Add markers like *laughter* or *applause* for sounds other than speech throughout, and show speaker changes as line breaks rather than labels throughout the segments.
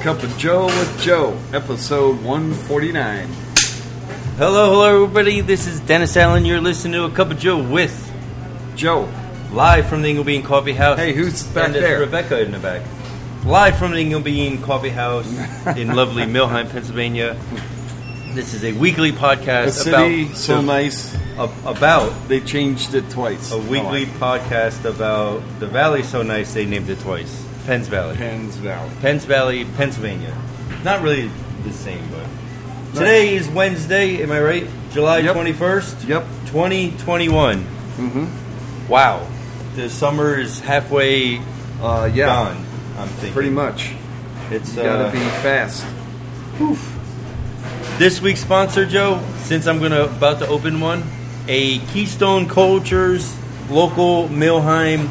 Cup of Joe with Joe, episode 149.
Hello, hello, everybody. This is Dennis Allen. You're listening to A Cup of Joe with
Joe,
live from the Inglebean Coffee House.
hey, who's back
and it's
there?
Rebecca in the back. Live from the Inglebean Coffee House
*laughs*
in lovely Milheim, Pennsylvania. This is a weekly
The
podcast
city,
about
so
the-
nice.
a- about
They changed it twice.
a weekly podcast about the valley so nice they named it twice. Penns Valley.
Penn's Valley.
Penns Valley, Pennsylvania. Not really the same, but today is Wednesday. Am I right? July
Yep.
twenty first.
Yep.
Twenty twenty one.
Mm-hmm.
Wow, the summer is halfway
Uh, yeah,
gone. I'm thinking
pretty much.
It's
You gotta
uh,
be fast.
this week's sponsor, Joe. Since I'm gonna about to open one, a Keystone Cultures local Milheim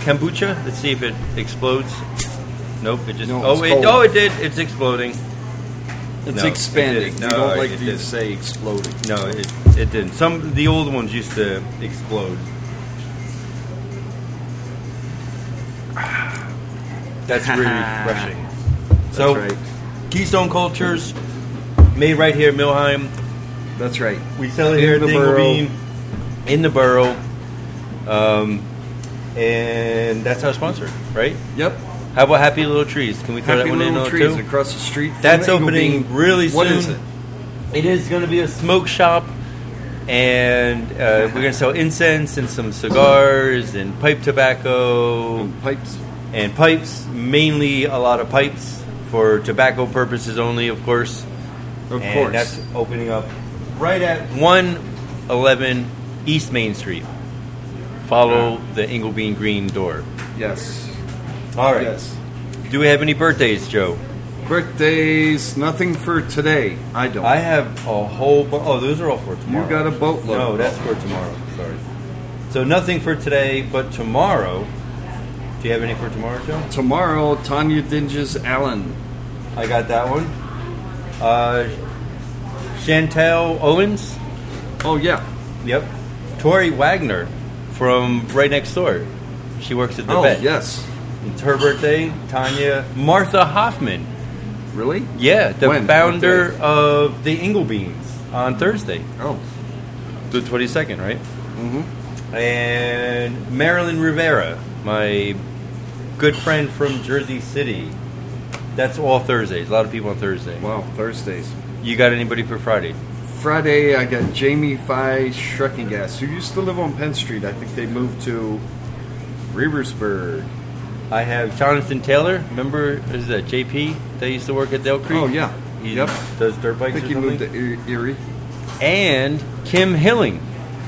kombucha. Let's see if it explodes. Nope, it just
No, it's
oh it
cold.
oh it did. It's exploding.
It's
No, it
expanding.
didn't.
you
No,
don't like
it
to
didn't.
say exploding.
No, it, it didn't. Some the old ones used to explode. That's really *laughs* refreshing. So,
That's right.
Keystone Cultures, made right here, in Milheim.
That's right.
We sell it
In
here at
the
Dinglebean, in the borough, um, and that's our sponsor, right?
Yep.
How about Happy Little Trees? Can we throw
Happy
that one in
Little
on
Trees
too?
across the street. from
That's
the
opening
Inglebean.
really
What
soon.
is it?
It is going to be a smoke shop, and uh, we're going to sell incense and some cigars and pipe tobacco
Pipes.
and pipes, mainly a lot of pipes for tobacco purposes only, of course.
Of
and
course.
that's opening up right at 111 East Main Street. Follow the Inglebean Green door.
yes.
All right.
Yes.
Do we have any birthdays, Joe?
Birthdays, nothing for today. I don't.
I have a whole. Bu- oh, those are all for tomorrow.
you got a boatload.
No, that's for tomorrow. Sorry. So nothing for today, but tomorrow. Do you have any for tomorrow, Joe?
Tomorrow, Tanya Dinges Allen.
I got that one. Uh, Chantel Owens.
Oh, yeah.
Yep. Tori Wagner from right next door. She works at the
oh,
vet.
yes.
It's her birthday. Tanya Martha Hoffman.
Really?
Yeah, the
When?
founder of the Inglebeans on Thursday,
Oh.
the twenty second, right?
Mm-hmm.
and Marilyn Rivera, my good friend from Jersey City. That's all Thursdays. A lot of people on Thursday.
Wow, Thursdays.
You got anybody for Friday?
Friday, I got Jamie Phi Schreckengass, who used to live on Penn Street. I think they moved to Reaversburg.
I have Jonathan Taylor. Remember, is that JP? They used to work at Dale Creek.
Oh, yeah.
He
Yep.
does dirt
I
bikes
think
or
he moved
something.
to E- Erie.
And Kim Hilling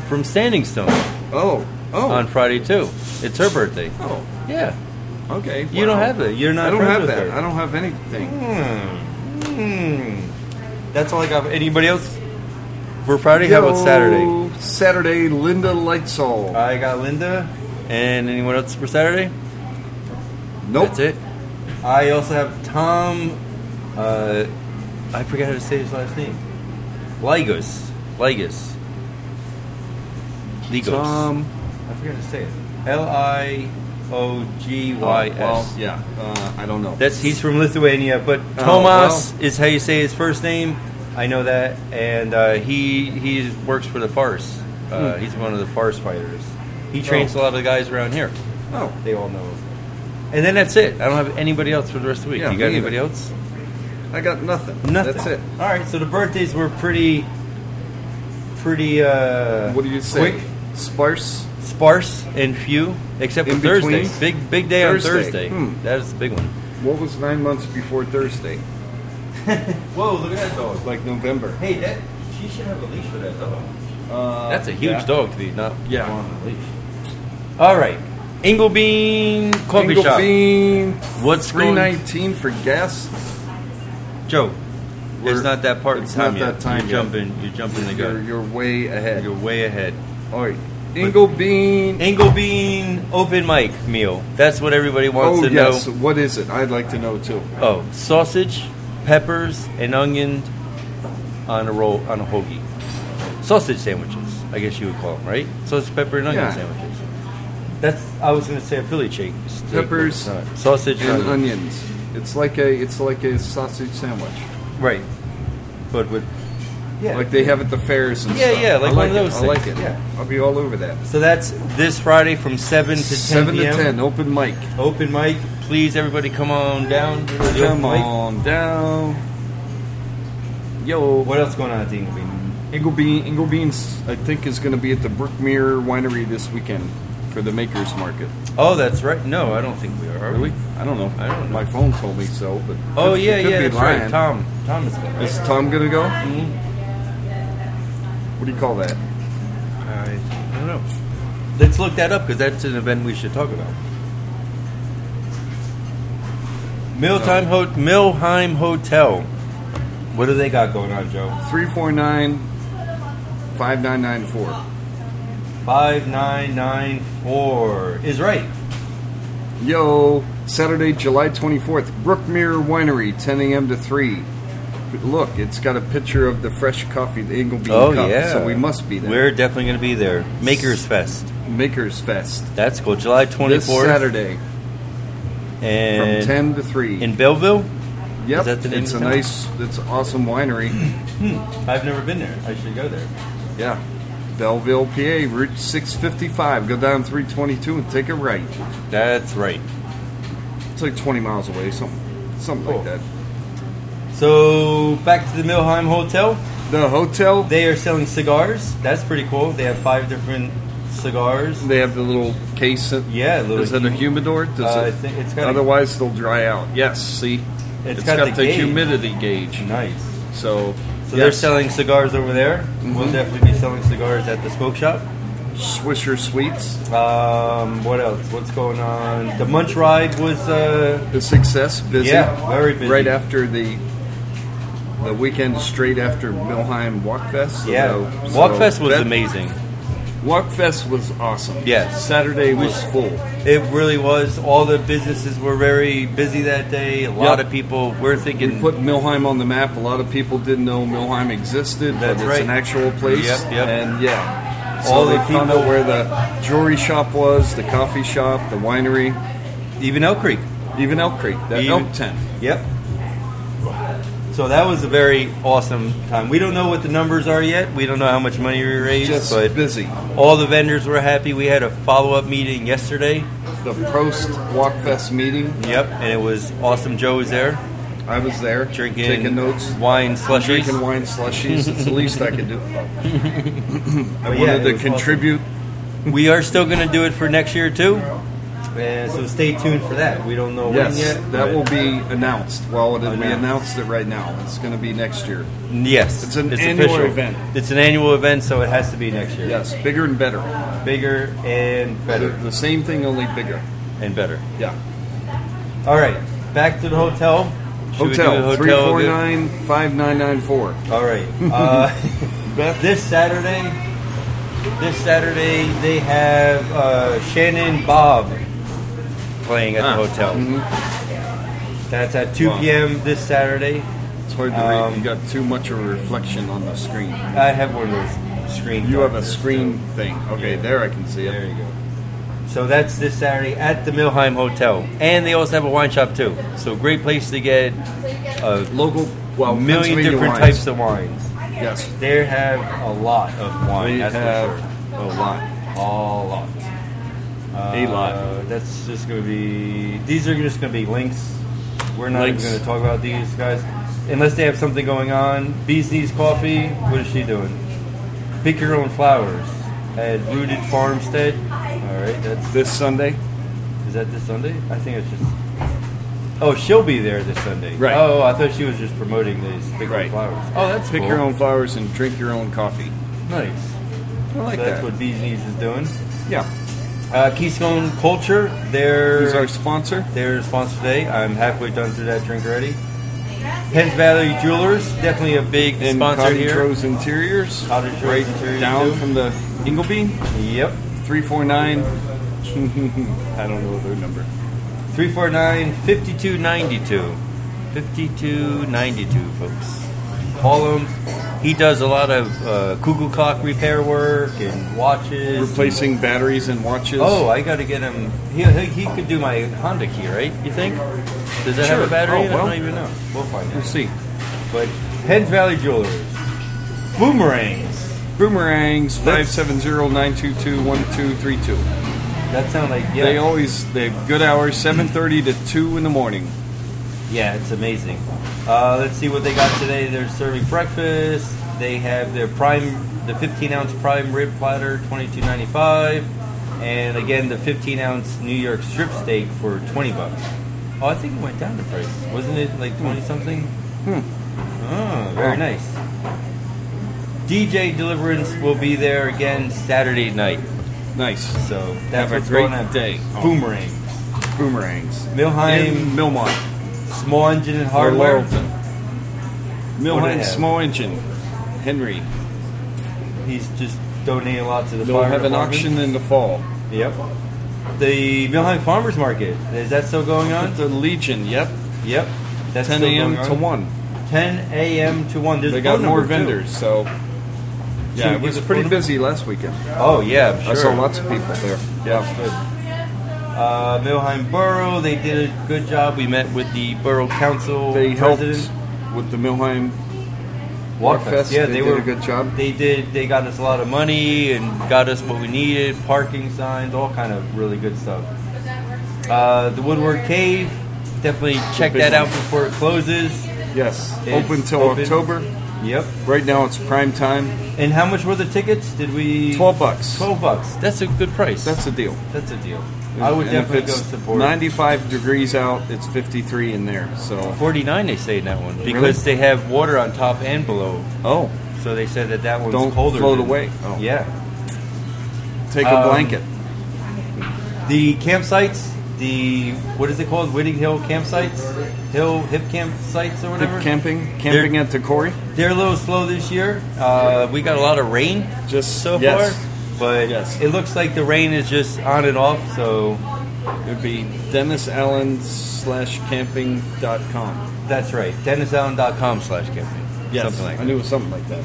from Standing Stone
Oh. Oh.
on Friday too. It's her birthday.
oh.
Yeah,
Okay.
you don't
wow.
have that. You're not.
I don't
friends
have
with
that.
her.
I don't have anything.
Hmm. Hmm. That's all I got. Anybody else for Friday? How about Saturday? Uh,
Yo, Saturday, Linda Lightsall.
I got Linda. And anyone else for Saturday?
nope.
That's it. I also have Tom. Uh, I forgot how to say his last name. Ligus. Ligus. Ligos.
Tom.
I forgot to say it. L I O G
Oh,
Y
well,
S.
yeah. Uh, I don't know.
That's he's from Lithuania, but
Oh,
Tomas is how you say his first name. I know that, and uh, he he works for the Farce. Uh,
Hmm.
He's one of the Farce fighters. He trains a lot of the guys around here.
oh,
They all know. And then that's it. I don't have anybody else for the rest of the week.
Yeah,
you got
me either.
anybody else?
I got nothing.
Nothing.
That's it.
All right. So the birthdays were pretty, pretty. Uh,
What do you say?
Quick,
Sparse.
sparse, and few, except for
In
Thursday.
between?
Big big day on
Thursday.
Thursday.
Hmm.
That is the big one.
What was nine months before Thursday?
Whoa! Look at that dog.
Like November.
Hey, that she should have a leash for that dog.
Uh,
That's a huge
yeah.
dog to be not
Yeah.
on the leash. All right, Inglebean Coffee
Dingle
Shop.
Bean,
What's
three
going,
nineteen for gas.
Joe?
We're-
It's not that part. of
it's
time
not
yet.
that time yet.
You're jumping. You're jumping the
You're,
gun.
you're way ahead.
You're way ahead.
All right. Dingle Bean.
Inglebean open mic meal. That's what everybody wants
Oh
to
yes.
know.
What is it? I'd like to know too.
Oh, sausage, peppers, and onion on a roll on a hoagie. Sausage sandwiches, I guess you would call them, right? Sausage, pepper, and onion
Yeah.
sandwiches. That's I was going to say a Philly shake. steak, but
Peppers
it's not. sausage,
And
and onion.
onions. It's like a it's like a sausage sandwich.
Right. But with yeah.
Like they have at the fairs and
Yeah,
stuff.
yeah, like
I
one
like
of
it.
those
I like
things,
it.
yeah.
I'll be all over that.
so that's this Friday from seven to ten
Seven
p.m.
to ten, open mic.
Open mic. Please, everybody, come on down. to the open
Come
mic.
on down. Yo,
What else going on at the Inglebean?
Inglebean, Inglebean's, I think, is going to be at the Brookmere Winery this weekend for the Makers Market.
Oh, that's right. No, I don't think we are. Are we?
I don't know.
I don't know.
My phone told me so, but
Oh
could-
yeah,
could
yeah.
be
That's right.
lying. Mm-hmm.
Tom. Tom is there.
Is Tom going to go?
Mhm.
What do you call that?
I don't know. Let's look that up because that's an event we should talk about. Milltime Ho- Millheim Hotel. What do they got going on, Joe?
349 5994.
Five nine nine four is right.
Yo, Saturday, July 24th, Brookmere Winery, 10 a.m. to 3. Look, it's got a picture of the fresh coffee, the Inglebean
Oh,
cup, so we must be there.
We're definitely going to be there. Makers Fest.
Makers Fest
That's cool. July twenty
this
fourth.
Saturday from
and
10 to 3.
in Belleville.
yep,
is that the name
it's
of
a
the town?
nice, it's an awesome
*clears throat*
winery.
I've never been there. I should go there.
yeah, Belleville, PA, Route 655. Go down 322 and take a right.
That's right.
It's like 20 miles away, something, something
Cool.
like that.
So back to the Milheim Hotel.
The hotel,
They are selling cigars. That's pretty cool. They have five different cigars.
they have the little case. That,
Yeah, a little.
is it a humidor? Does
Uh, I
it,
think it's got a-
Otherwise, they'll dry out. Yes, see,
It's
it's
got
got,
the
the,
gauge.
humidity gauge.
nice.
So,
So they're
yes. Mm-hmm.
selling cigars over there. We'll definitely be selling cigars at the smoke shop.
Swisher Sweets.
Um, what else? What's going on? The Munch Ride was uh,
The success, busy.
Yeah, very busy.
Right after the the weekend, straight after Milheim Walk Fest. So,
yeah.
so
Walkfest was
that-
amazing.
Walk Fest was awesome.
Yes.
Saturday was full.
It really was. All the businesses were very busy that day. A lot
Yep.
of people. We're
We
thinking.
put Milheim on the map. A lot of people didn't know Milheim existed,
That's
but it's
right.
an actual place.
Yep, yep.
And yeah, so
All
they
the
found
people-
out where the jewelry shop was, the coffee shop, the winery,
even Elk Creek.
even Elk Creek, that
Even-
Elk tent.
Yep. So that was a very awesome time. We don't know what the numbers are yet. We don't know how much money we raised,
Just
but
busy.
all the vendors were happy. We had a follow up meeting yesterday.
The Prost Walk Fest meeting.
Yep, and it was awesome. Joe was there
I was there
drinking
taking notes.
wine slushies.
Drinking wine slushies. It's the least I could do. I
But
wanted
Oh, yeah, it
to
was awesome.
contribute.
We are still going to do it for next year too. And so stay tuned for that. We don't know
Yes,
when yet.
that
but-
will be announced. Well, it, we
Announced.
announced it right now. It's going to be next year.
Yes,
It's an annual
official.
event.
It's an annual event, so it has to be next year.
Yes, bigger and better.
Bigger and
The,
better
the same thing, only bigger.
and better.
Yeah.
All right, back to the hotel. Should we do the
Hotel three four
again?
nine five nine nine four. *laughs*
All right. Uh, this Saturday, this Saturday they have uh, Shannon Bob playing at
Ah, Mm-hmm.
the hotel. That's at 2
Wow.
p.m. this Saturday.
It's hard to
Um,
read. You got too much of a reflection on the screen.
I have one of those screen.
You have a
darkness,
screen
too.
thing. Okay, there I can see it.
There you go. So that's this Saturday at the Milheim Hotel, and they also have a wine shop too. So great place to get a
Local, well,
million
Pennsylvania
different
wines.
types of wines.
Yes,
They have a lot of wine.
we
that's
have
for sure.
a lot.
A lot.
A lot.
Uh, That's just going to be. These are just going to be links. We're not
Links.
even going to talk about these guys unless they have something going on. Bees Knees Coffee. What is she doing? Pick your own flowers at Rooted Farmstead. All right, that's
This Sunday,
is that this Sunday? I think it's just. Oh, she'll be there this Sunday.
Right.
Oh, I thought she was just promoting these pick your own
Right.
flowers. Oh, that's
pick
cool.
your own flowers and drink your own coffee.
Nice.
I like
so that's
that.
what Bees Knees is doing.
yeah.
Uh, Keystone Culture. They're
Who's our sponsor?
They're the sponsor today. I'm halfway done through that drink already. Penn Valley Jewelers, definitely a big
And
sponsor
Cottage
here.
Rose Interiors.
Cottage Rose
right
Interiors,
down
too.
from the Inglebean.
Yep.
349. *laughs* I don't know their number.
349 5292. 5292, folks. Call him. He does a lot of uh, cuckoo clock repair work and watches.
Replacing batteries and watches.
Oh, I got to get him. He, he, he could do my Honda key, right? You think? Does it have
Sure.
a battery
Oh,
in it?
well.
I don't even know. We'll find
We'll
out.
see.
But Penn Valley Jewelers. Boomerangs.
Boomerangs five
Let's-
seven zero nine two two one two three two.
That sounds like yeah.
They always they have good hours seven thirty to two in the morning.
Yeah, it's amazing. Uh, let's see what they got today. They're serving breakfast. They have their prime, the 15 ounce prime rib platter, 22.95, and again the 15 ounce New York strip steak for 20 bucks. Oh, I think it went down the price. Wasn't it like 20 something? Hmm. Oh, very nice. DJ Deliverance will be there again Saturday night.
Nice
So that's
Have a
what's
great
going on.
day.
Boomerang.
boomerangs. In
Milheim,
Milmont,
Small Engine and
or
Hardware.
Laurelton.
What do they
Milmont
have?
small engine. Henry.
He's just donating a lot to the
They'll
fire
have an
department.
auction in the fall.
Yep. The Milheim Farmers Market. Is that still going
At
on?
the Legion, yep.
Yep. That's
10
still
a.m.
going
to
on.
1.
10 a.m. to 1. There's
They
a
got
phone
more
number, too.
vendors, so.
Should we
Yeah, it
give
was
the
pretty
phone number?
busy last weekend.
Oh, yeah, I'm sure.
I saw lots of people there. Yeah.
Good. Uh, Milheim Borough, they did a good job. We met with the Borough Council
They helped
president.
with the Milheim
Walk
Walkfest.
Fest. Yeah, they,
did
were
a good job.
They did. They got us a lot of money and got us what we needed, parking signs, all kind of really good stuff. Uh, the Woodward Cave, definitely check
big
that out
one.
before it closes.
Yes,
It's
open till
open.
October.
Yep.
Right now it's prime time.
And how much were the tickets? Did we?
Twelve bucks.
12 bucks. That's a good price.
That's a deal.
that's a deal. I would
And if
definitely go
it's
support.
95 degrees out. It's 53 in there. So
49 they say in that one because
Really?
they have water on top and below.
oh,
So they said that that one's
Don't
colder.
float
than-
away. Oh.
Yeah.
take
Um,
a blanket.
The campsites, the what is it called? Whitting Hill campsites, Hill hip campsites or whatever.
Camping, camping at Takori.
They're a little slow this year. Uh, we got a lot of rain
Just
so
yes.
far, but
Yes.
it looks like the rain is just on and off. So
It'd be Dennis Allen slash camping.com.
that's right. DennisAllen.com slash camping.
Yes,
Something like
I knew it was something like
*laughs*
that.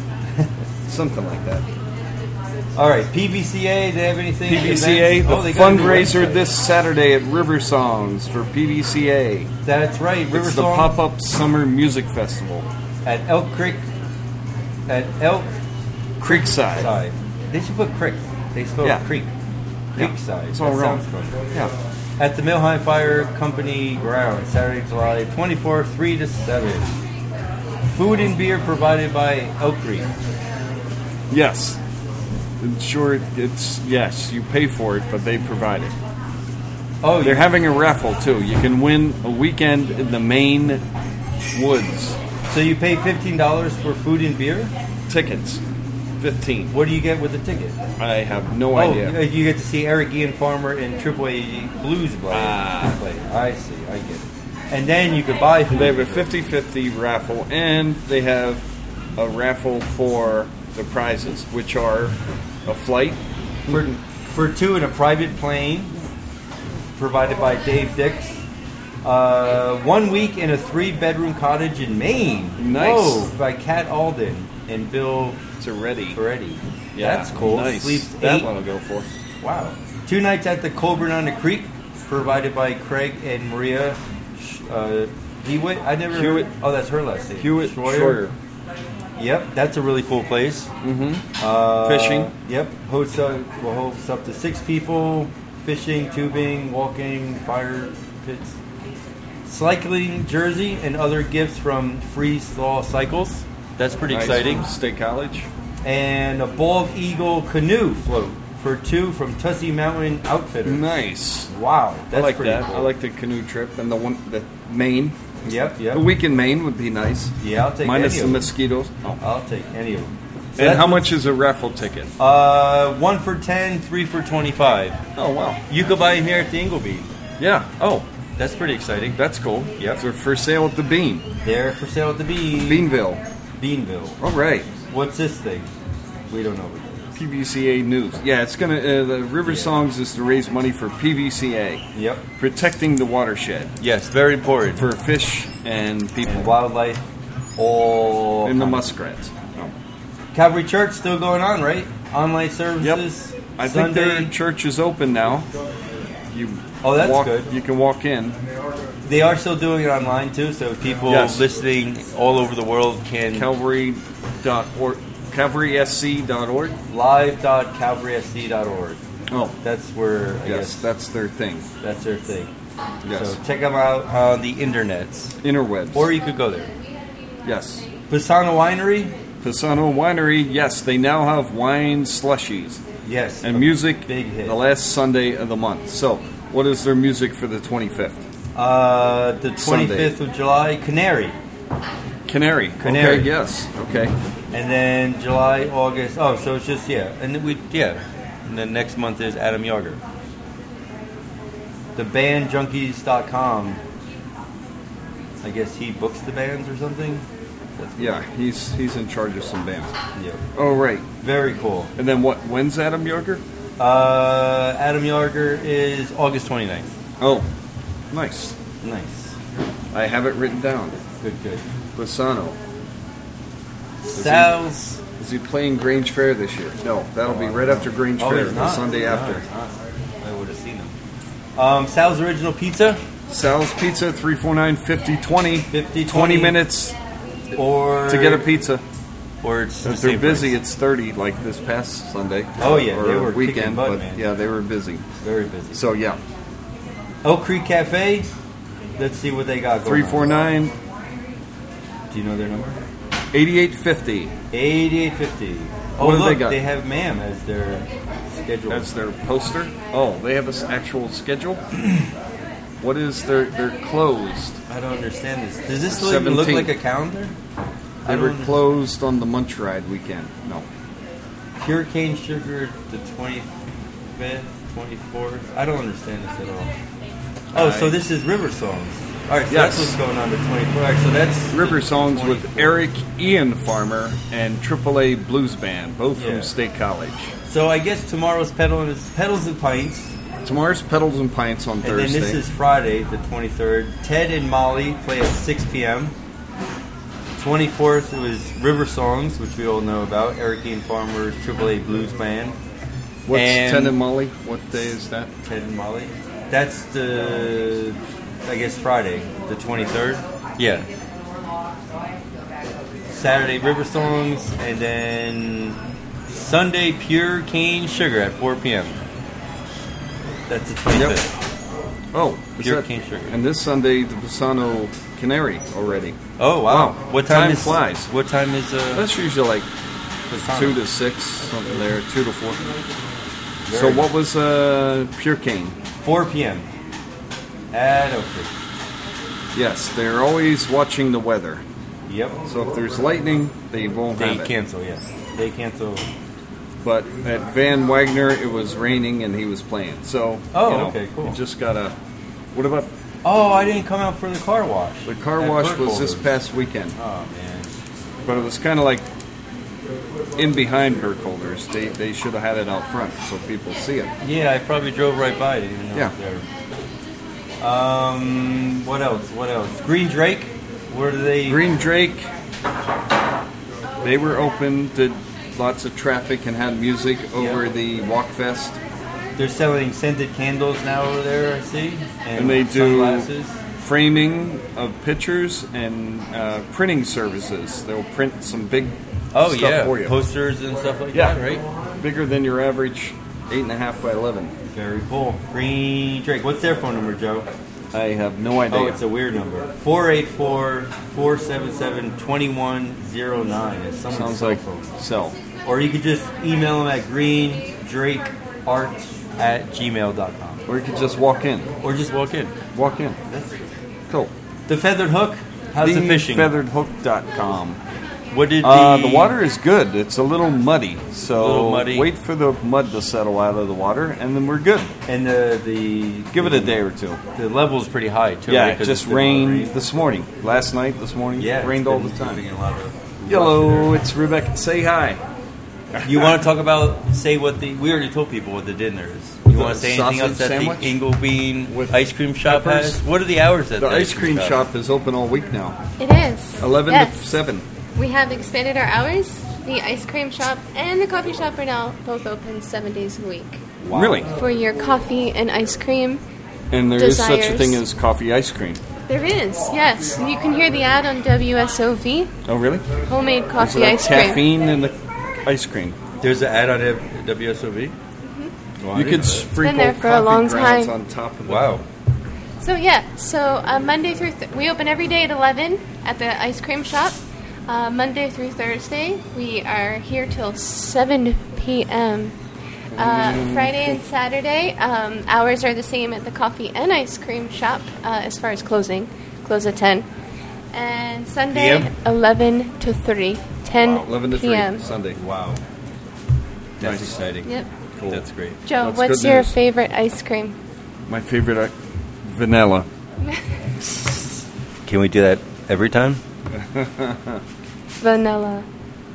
something like that.
that. All right, PVCA. Do they have anything?
PVCA,
Events?
the
Oh, they got a new
fundraiser
website.
this Saturday at River Songs for PVCA.
That's right. River
it's the
Song
pop up summer music festival.
at Elk Creek. At Elk
Creekside.
Side. They should put Creek. They spell
Yeah.
Creek. Creek Side.
It's all
that
wrong.
sounds fun.
Yeah.
at the Milheim Fire Company grounds, Saturday, July 24, 3 to 7. Food and beer provided by Oak Creek.
Yes. And Sure, it's yes, you pay for it, but they provide it.
Oh,
They're
you,
having a raffle too. You can win a weekend in the Maine woods.
so you pay $15 for food and beer?
Tickets, fifteen.
What do you get with the ticket?
I have no
oh,
idea.
you- you get to see Eric Ian Farmer and AAA Blues play.
Ah.
play. I see, I get it. And then you could buy food.
They have a
and beer.
50-50 raffle, and they have a raffle for the prizes, which are a flight.
for, for two in a private plane provided by Dave Dix. Uh, one week in a three bedroom cottage in Maine.
Nice.
Whoa, by Kat Alden and Bill
It's ready.
Ferretti.
Yeah,
That's cool.
Nice.
Sleeps
that
eight.
one will go for.
Wow. Two nights at the Colburn on the Creek provided by Craig and Maria Sh- uh, Hewitt. I never
Hewitt.
Heard, oh, that's her last name.
Hewitt
Schroyer.
Schroyer.
Yep, that's a really cool place.
Mm-hmm.
Uh,
Fishing.
Yep. Hosts up, will host up to six people. Fishing, tubing, walking, fire pits, cycling jersey, and other gifts from Free Slaw Cycles. That's pretty exciting.
State College.
And a bald eagle canoe float for two from Tussie Mountain Outfitters.
Nice.
Wow, that's
Mm. I like
pretty
that.
cool.
I like the canoe trip and the one the Maine.
Yep,
A
yep.
week in Maine would be nice.
Yeah, I'll take
Minus
any
the
of them.
mosquitoes. Oh.
I'll take any of them. So
and
that's-
how much is a raffle ticket?
Uh, one for ten, three for twenty-five.
Oh wow.
You could buy them here at the Ingleby.
Yeah. Oh,
That's pretty exciting.
that's cool.
Yep.
They're for sale at the Bean.
They're for sale at the Bean.
Beanville.
Beanville.
All right.
What's this thing? We don't know what it
PVCA news. Yeah, it's gonna. Uh, the River
Yeah.
Songs is to raise money for PVCA,
is. Yep.
protecting the watershed
Yes, very important.
for fish and
And
people
wildlife, all.
and the muskrats.
Calvary Church still going on, right? Online services.
I
Sunday.
think their church is open now. You
Oh, that's
walk,
good.
You can walk in.
They are still doing it online too, so people
Yes.
listening all over the world can
Calvary.org. Calvarysc.org.
live.calvarysd.org.
Oh,
That's where I
yes,
guess
that's their thing.
that's their thing.
Yes.
So check them out on the internets,
Interwebs.
or you could go there.
yes.
Pisana Winery.
Pisano Winery, yes, they now have wine slushies
Yes.
and music
Big hit.
the last Sunday of the month. So, what is their music for the 25th?
Uh, the 25th
Sunday.
of July, Canary.
Canary.
Canary.
Okay, yes. Okay.
And then July, August. Oh, so it's just, yeah. And then we, yeah. And then next month is Adam Yager. The bandjunkies.com. I guess he books the bands or something. That's,
Yeah, he's he's in charge of some bands.
yeah.
Oh, right.
Very cool.
And then what? When's Adam Yoger?
Uh, Adam Yarger is August 29th.
Oh, nice.
Nice.
I have it written down.
Good, good.
Pisano.
Sal's.
Is he playing Grange Fair this year? No, that'll be right after Grange
Oh,
Fair,
he's
the
not.
Sunday
No,
after.
he's not. I would have seen him. Um, Sal's Original Pizza.
Sal's Pizza, 349 5020.
50,
20 minutes
or
to get a pizza.
Or it's the
If they're
same
busy,
place.
it's 30 like this past Sunday.
Oh, yeah,
or
they were kicking
weekend,
butt,
but
man.
yeah, they were busy.
very busy.
So yeah,
Oak Creek Cafe. Let's see what they got. Going on.
349
Do you know their number?
8850.
Eighty-eight fifty. Oh
What do they
look,
got?
have ma'am as their schedule.
That's their poster. Oh, they have this actual
*clears throat*
schedule. what is their they're closed?
I don't understand this. Does this even look
17th.
like a calendar? I
They were
don't-
closed on the Munch Ride weekend. No.
Pure cane sugar, the twenty-fifth, twenty-fourth. I don't understand this at all. Oh, so
I-
this is River Songs. All right, so that's
Yes.
what's going on the twenty-fourth. All right, so that's
River Songs with
24th.
Eric Ian Farmer and AAA Blues Band, both
Yeah.
from State College.
So I guess tomorrow's pedal is pedals and pints,
Tomorrow's Pedals and Pints on
and then
Thursday.
this is Friday the twenty third. Ted and Molly play at six p.m. Twenty fourth it was River Songs, which we all know about. Eric Ian Farmer's AAA Blues Band.
What's
and-
Ten and Molly? What day is that?
Ted and Molly. That's the I guess Friday the twenty third. Yeah. Saturday River Songs, and then Sunday Pure Cane Sugar at four p.m. That's the twenty fifth.
Oh, is
Pure
that-
cane sugar.
And this Sunday, the Pisano Canary already.
Oh wow!
Wow.
What time,
Time
is
flies.
What time is uh?
That's usually like
Pisano?
two to six, something there, two to four.
Very
so what was uh, Pure Cane?
Four p.m. At Oak Creek.
Yes, they're always watching the weather.
Yep.
So if there's lightning, they won't
They
have it.
cancel. Yes. They cancel.
But at Van Wagner, it was raining and he was playing. So
Oh,
you know,
okay, cool.
You just gotta. What about
Oh, I didn't come out for the car wash.
the car
At
wash?
Burt
Was this
Golders.
past weekend?
Oh man.
But it was kind of like in behind Burkholders. They they should have had it out front so people see it.
Yeah, I probably drove right by. I didn't even know
Yeah.
it was there. Um, what else? What else? Green Drake. Where do they?
Green Drake. They were open, did lots of traffic, and had music over
Yeah.
the Walk Fest.
They're selling scented candles now over there. I see.
And they do-
sunglasses.
Framing of pictures and uh, printing services. They'll print some big
Oh
stuff
yeah,
for you.
posters and stuff like
Yeah.
that, right?
Bigger than your average eight and a half by eleven.
Very cool. Green Drake. What's their phone number, Joe?
I have no idea.
Oh, it's a weird number. 484-477-2109. It's someone's
Sounds
cell
like
phone.
sell.
Or you could just email them at greendrakeart at gmail.com.
Or you could just walk in.
Or just walk in.
Walk in.
That's
Cool.
the Feathered Hook. How's the, fishing?
Featheredhook.com.
what did the,
Uh, the water is good. It's a little muddy, so
Little muddy.
wait for the mud to settle out of the water, and then we're good.
and the the
Give it a day or two.
The level's pretty high too.
yeah,
right?
it
'Cause
just
it's been a lot of
rained
rain.
this morning, last night, this morning.
Yeah, it's
rained all
been-
the time.
been a lot of-
Hello, it's Rebecca. Say hi.
You want to talk about say what the we already told people what the dinner is. You
The
want to say anything else
sausage
that
sandwich?
the Inglebean
With
ice cream shop
peppers?
has? What are the hours that
The
the
ice cream shop is open all week now,
It is.
eleven
yes.
to seven.
We have expanded our hours. The ice cream shop and the coffee shop are now both open seven days a week.
Really?
For your coffee and ice cream,
And there is such a
Desires.
thing as coffee ice cream.
There is, yes. You can hear the ad on WSOV.
Oh, really?
Homemade
Is
coffee
that
ice cream.
caffeine in the ice cream?
There's an ad on WSOV. Wow, I
Mm-hmm. You
didn't know
could
that.
sprinkle
there for a
coffee
long
grounds
time.
on top of it.
Wow.
So yeah, so uh, Monday through th- we open every day at eleven at the ice cream shop. Uh, Monday through Thursday we are here till seven p.m. Uh, Friday and Saturday um, hours are the same at the coffee and ice cream shop uh, as far as closing. Close at ten, and Sunday
PM?
eleven to three. 10
Wow, 11 to 3
p.m.
Sunday.
Wow.
Nice.
That's exciting.
Yep.
Cool.
That's great.
Joe,
That's
what's
good
your
news.
favorite ice cream? *laughs*
My favorite uh, vanilla.
Can we do that every time?
Vanilla.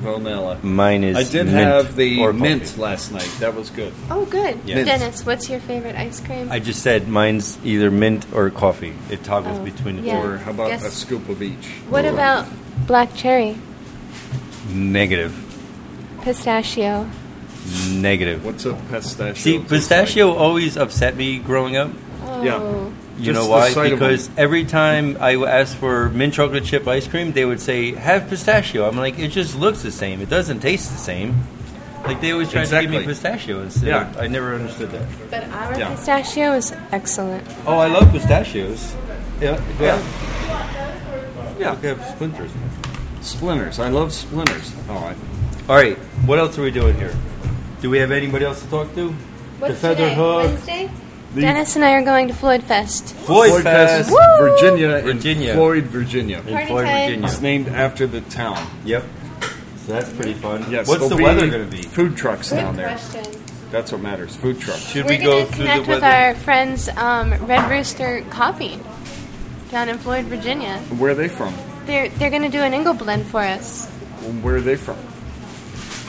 Vanilla.
Mine is
I did
mint
have the
or coffee.
mint last night. That was good.
Oh, good.
Yes.
Dennis, what's your favorite ice cream?
I just said mine's either mint or coffee. It toggles
Oh,
between the
Yeah.
Or how about
Yes.
a scoop of each?
What
Or-
about black cherry,
two. Negative.
pistachio?
Negative.
What's a pistachio?
See,
taste like?
pistachio always upset me growing up.
Oh.
Yeah.
You
Just
know
the
why?
sight of
Because every time I would ask for mint chocolate chip ice cream, they would say, have pistachio. I'm like, it just looks the same. It doesn't taste the same. Like, they always try to give me
Exactly.
pistachio instead.
Yeah.
I never understood that.
But our
Yeah.
pistachio is excellent.
Oh, I love pistachios. Yeah.
Yeah.
Yeah. They have splinters.
Splinters. I love splinters. Oh, I,
All right. What else are we doing here? Do we have anybody else to talk to? the feather hook.
Wednesday?
the
Dennis and I are going to Floyd Fest.
Floyd,
Floyd
Fest.
Fest, Virginia, in
Virginia.
Floyd, Virginia.
In
Party
Floyd,
time.
It's
Virginia.
named after the town.
Yep. So that's pretty fun.
Yes.
What's the
there'll be
weather going to be?
Food trucks down there.
question.
That's what matters. Food trucks.
Should
We're
we go
going to
through the
connect with
weather?
our friends um, Red Rooster Coffee down in Floyd, Virginia.
Where are they from?
They're they're going to do an Ingle blend for us.
Where are they from?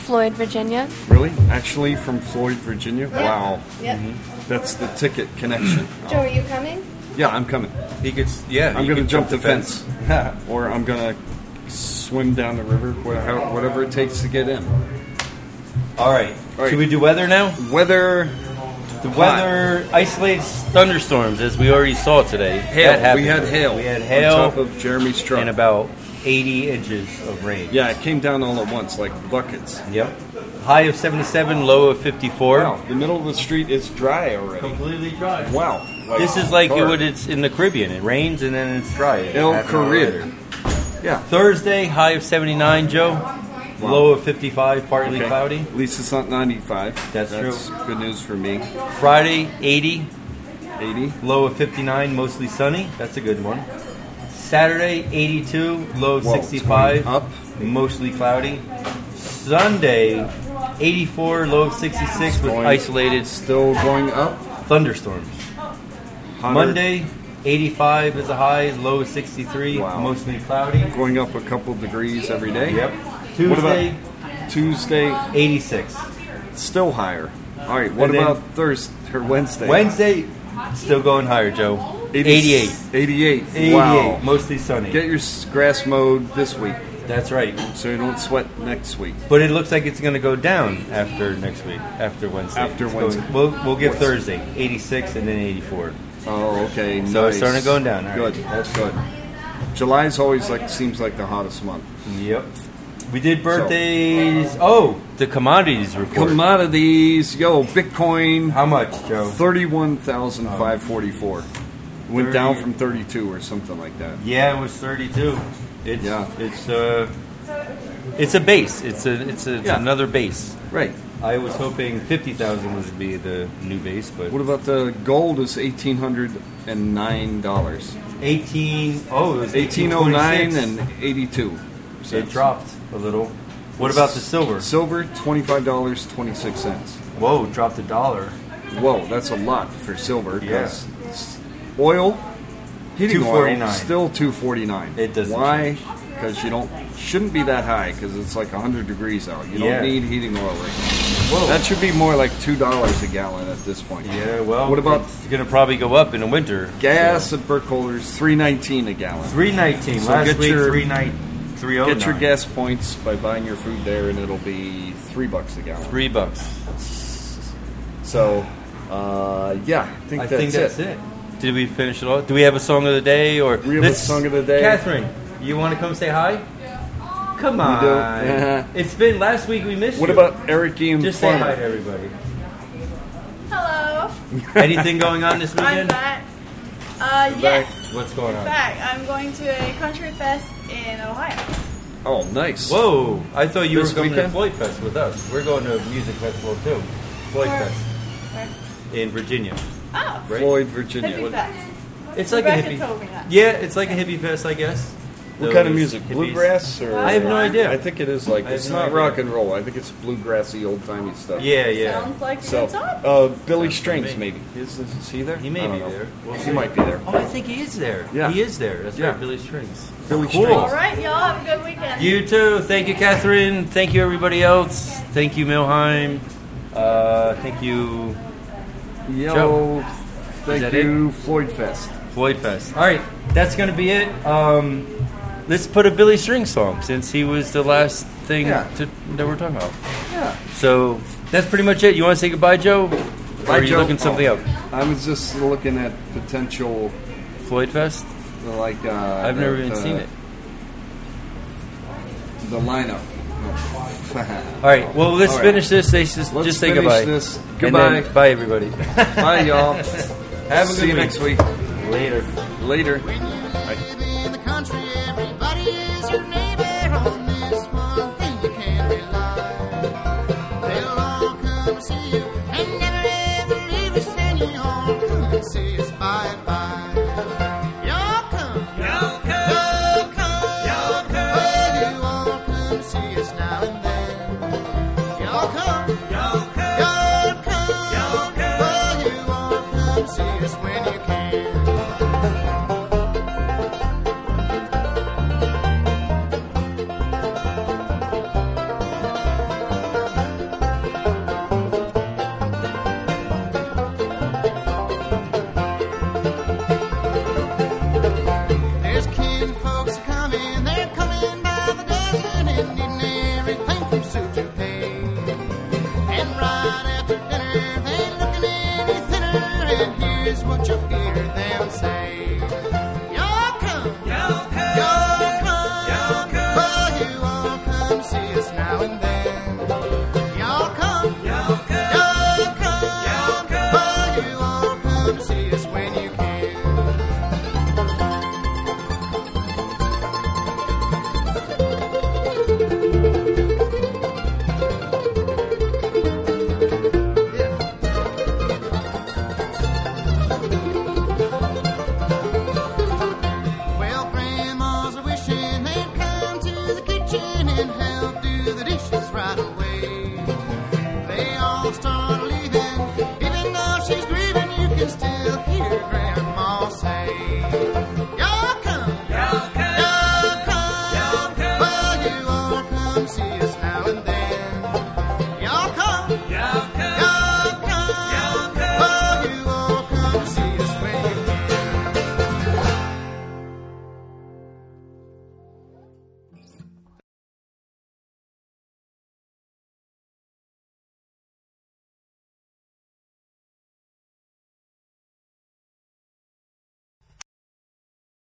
Floyd, Virginia.
Really? Actually, from Floyd, Virginia? Wow.
Yep.
Mm-hmm.
That's the ticket connection.
Joe, are you coming?
Yeah, I'm coming.
He could, s- yeah.
I'm
he
going to
could
jump the fence. *laughs* or I'm going to swim down the river, wha- how- whatever it takes to get in.
All right.
All right.
Should we do weather now?
Weather.
The weather isolates thunderstorms, as we already saw today. That
Hail.
happened.
We had hail.
We had
On top
hail
of Jeremy's truck.
and about 80 inches of rain.
yeah, it came down all at once, like buckets.
Yep. High of 77, low of 54.
Wow, the middle of the street is dry already.
Completely dry.
Wow.
This is like it
hard.
would it's in the Caribbean. It rains and then it's dry.
El
Half an hour
Carib.
later.
Yeah.
Thursday, high of 79, Joe. Low of 55, partly
Okay.
cloudy.
At least it's not 95.
That's
good news for me.
Friday, 80,
80.
low of 59, mostly sunny. That's a good one. Saturday, 82, low of
Whoa, it's
65,
going up.
mostly cloudy. Sunday, 84, low of 66 with
Going-
isolated
Still going up.
thunderstorms.
Hotter.
Monday, 85 is a high, low of 63,
Wow.
mostly cloudy.
Going up a couple degrees every day.
Yep.
What
Tuesday,
about Tuesday?
86.
Still higher. All right. What
And then-
about Thursday or Wednesday?
Wednesday, still going higher, Joe. 88.
88.
88,
Wow.
mostly sunny.
Get your s- grass mowed this week
That's right.
so you don't sweat next week.
But it looks like it's going to go down after next week, after Wednesday.
After
It's
Wednesday.
Going, we'll, we'll give
Wednesday.
Thursday 86 and then 84.
Oh, okay.
So it's
nice.
starting to go down. All right.
Good. That's good. July's always like seems like the hottest month.
Yep. We did birthdays. Oh, the commodities report.
Commodities, yo, Bitcoin,
How much, Joe?
thirty-one thousand five forty-four. Went
Thirty-
down from thirty-two or something like that.
Yeah, it was 32. It's,
Yeah.
It's uh, it's a base. It's a it's, a, it's
Yeah.
another base.
Right.
I was hoping 50,000 would be the new base, but
What about the gold? Is eighteen hundred and nine dollars.
18 oh it was
Eighteen oh nine
1826.
and eighty-two.
it dropped a little what about the silver
Silver, twenty-five dollars twenty-six cents.
whoa dropped a dollar
Whoa, that's a lot for silver.
Yeah.
'cause s- Oil, heating oil,
249.
still two forty-nine.
It doesn't
Why? Because you don't shouldn't be that high because it's like hundred degrees out. You
Yeah.
don't need heating oil right now.
whoa
That should be more like two dollars a gallon at this point.
yeah well
What about
it's gonna probably go up in the winter
gas at Burkholder's? Three nineteen a gallon.
319
So
last
get
week
your-
319 309
Get your gas points by buying your food there, and it'll be three bucks a gallon.
three bucks
So, uh, yeah, I think
i
that's
think that's
it.
it, Did we finish it all? Do we have a song of the day or
We have a song of the day.
Catherine, you want to come say hi? Come
We
on.
do. Uh-huh.
It's been last week. We missed
What
you.
about Eric Ian
Just say hi to
Farmer?
everybody.
Hello,
Anything going on this
*laughs* I'm
weekend?
back. Uh, yes,
What's going on?
back. I'm going to a country fest in Ohio.
Oh, nice.
Whoa! I thought you
This
were coming
weekend?
to Floyd Fest with us. We're going to a music festival too. Floyd
Where?
Fest
Where?
in Virginia.
Oh,
Right?
Floyd,
hippie
Virginia. What,
fest.
It's like
Rebecca
a hippie.
told me that.
Yeah, it's like a hippie fest, I guess.
what kind of
Those
music?
hippies.
Bluegrass or?
I have no idea.
I think it is like
I have
it's
no
not
idea.
rock and roll. I think it's bluegrassy, old timey stuff.
Yeah, yeah.
Sounds like a
So,
good time.
uh, Billy Strings
me.
maybe. Is, is he there?
He may
I don't
be
know.
there. We'll
he
see.
might be there.
Oh, I think he is there.
Yeah.
He is there. That's
Yeah.
right, Billy Strings.
Billy
Cool.
Strings.
All right, y'all have a good weekend.
You too. Thank you, Catherine. Thank you, everybody else. Thank you, Milheim. Uh, thank you,
Yo, thank
that
you, Floyd Fest.
Floyd Fest. All right, that's going to be it. Um, let's put a Billy String song since he was the last thing
Yeah.
to, that we're talking about.
Yeah.
So that's pretty much it. You want to say goodbye, Joe? or
Bye,
are you
Joe.
looking something
Oh,
up?
I was just looking at potential,
Floyd Fest?
like. Uh,
I've never
the-
even seen it.
The lineup.
All right. Well, let's
All right.
finish this. Let's just,
Let's
just say
finish
goodbye.
this.
And
Goodbye.
then- bye, everybody.
Bye,
*laughs*
y'all. Have a
good
See you
week.
next week.
Later.
Later.
When you live in the country, everybody is your neighbor.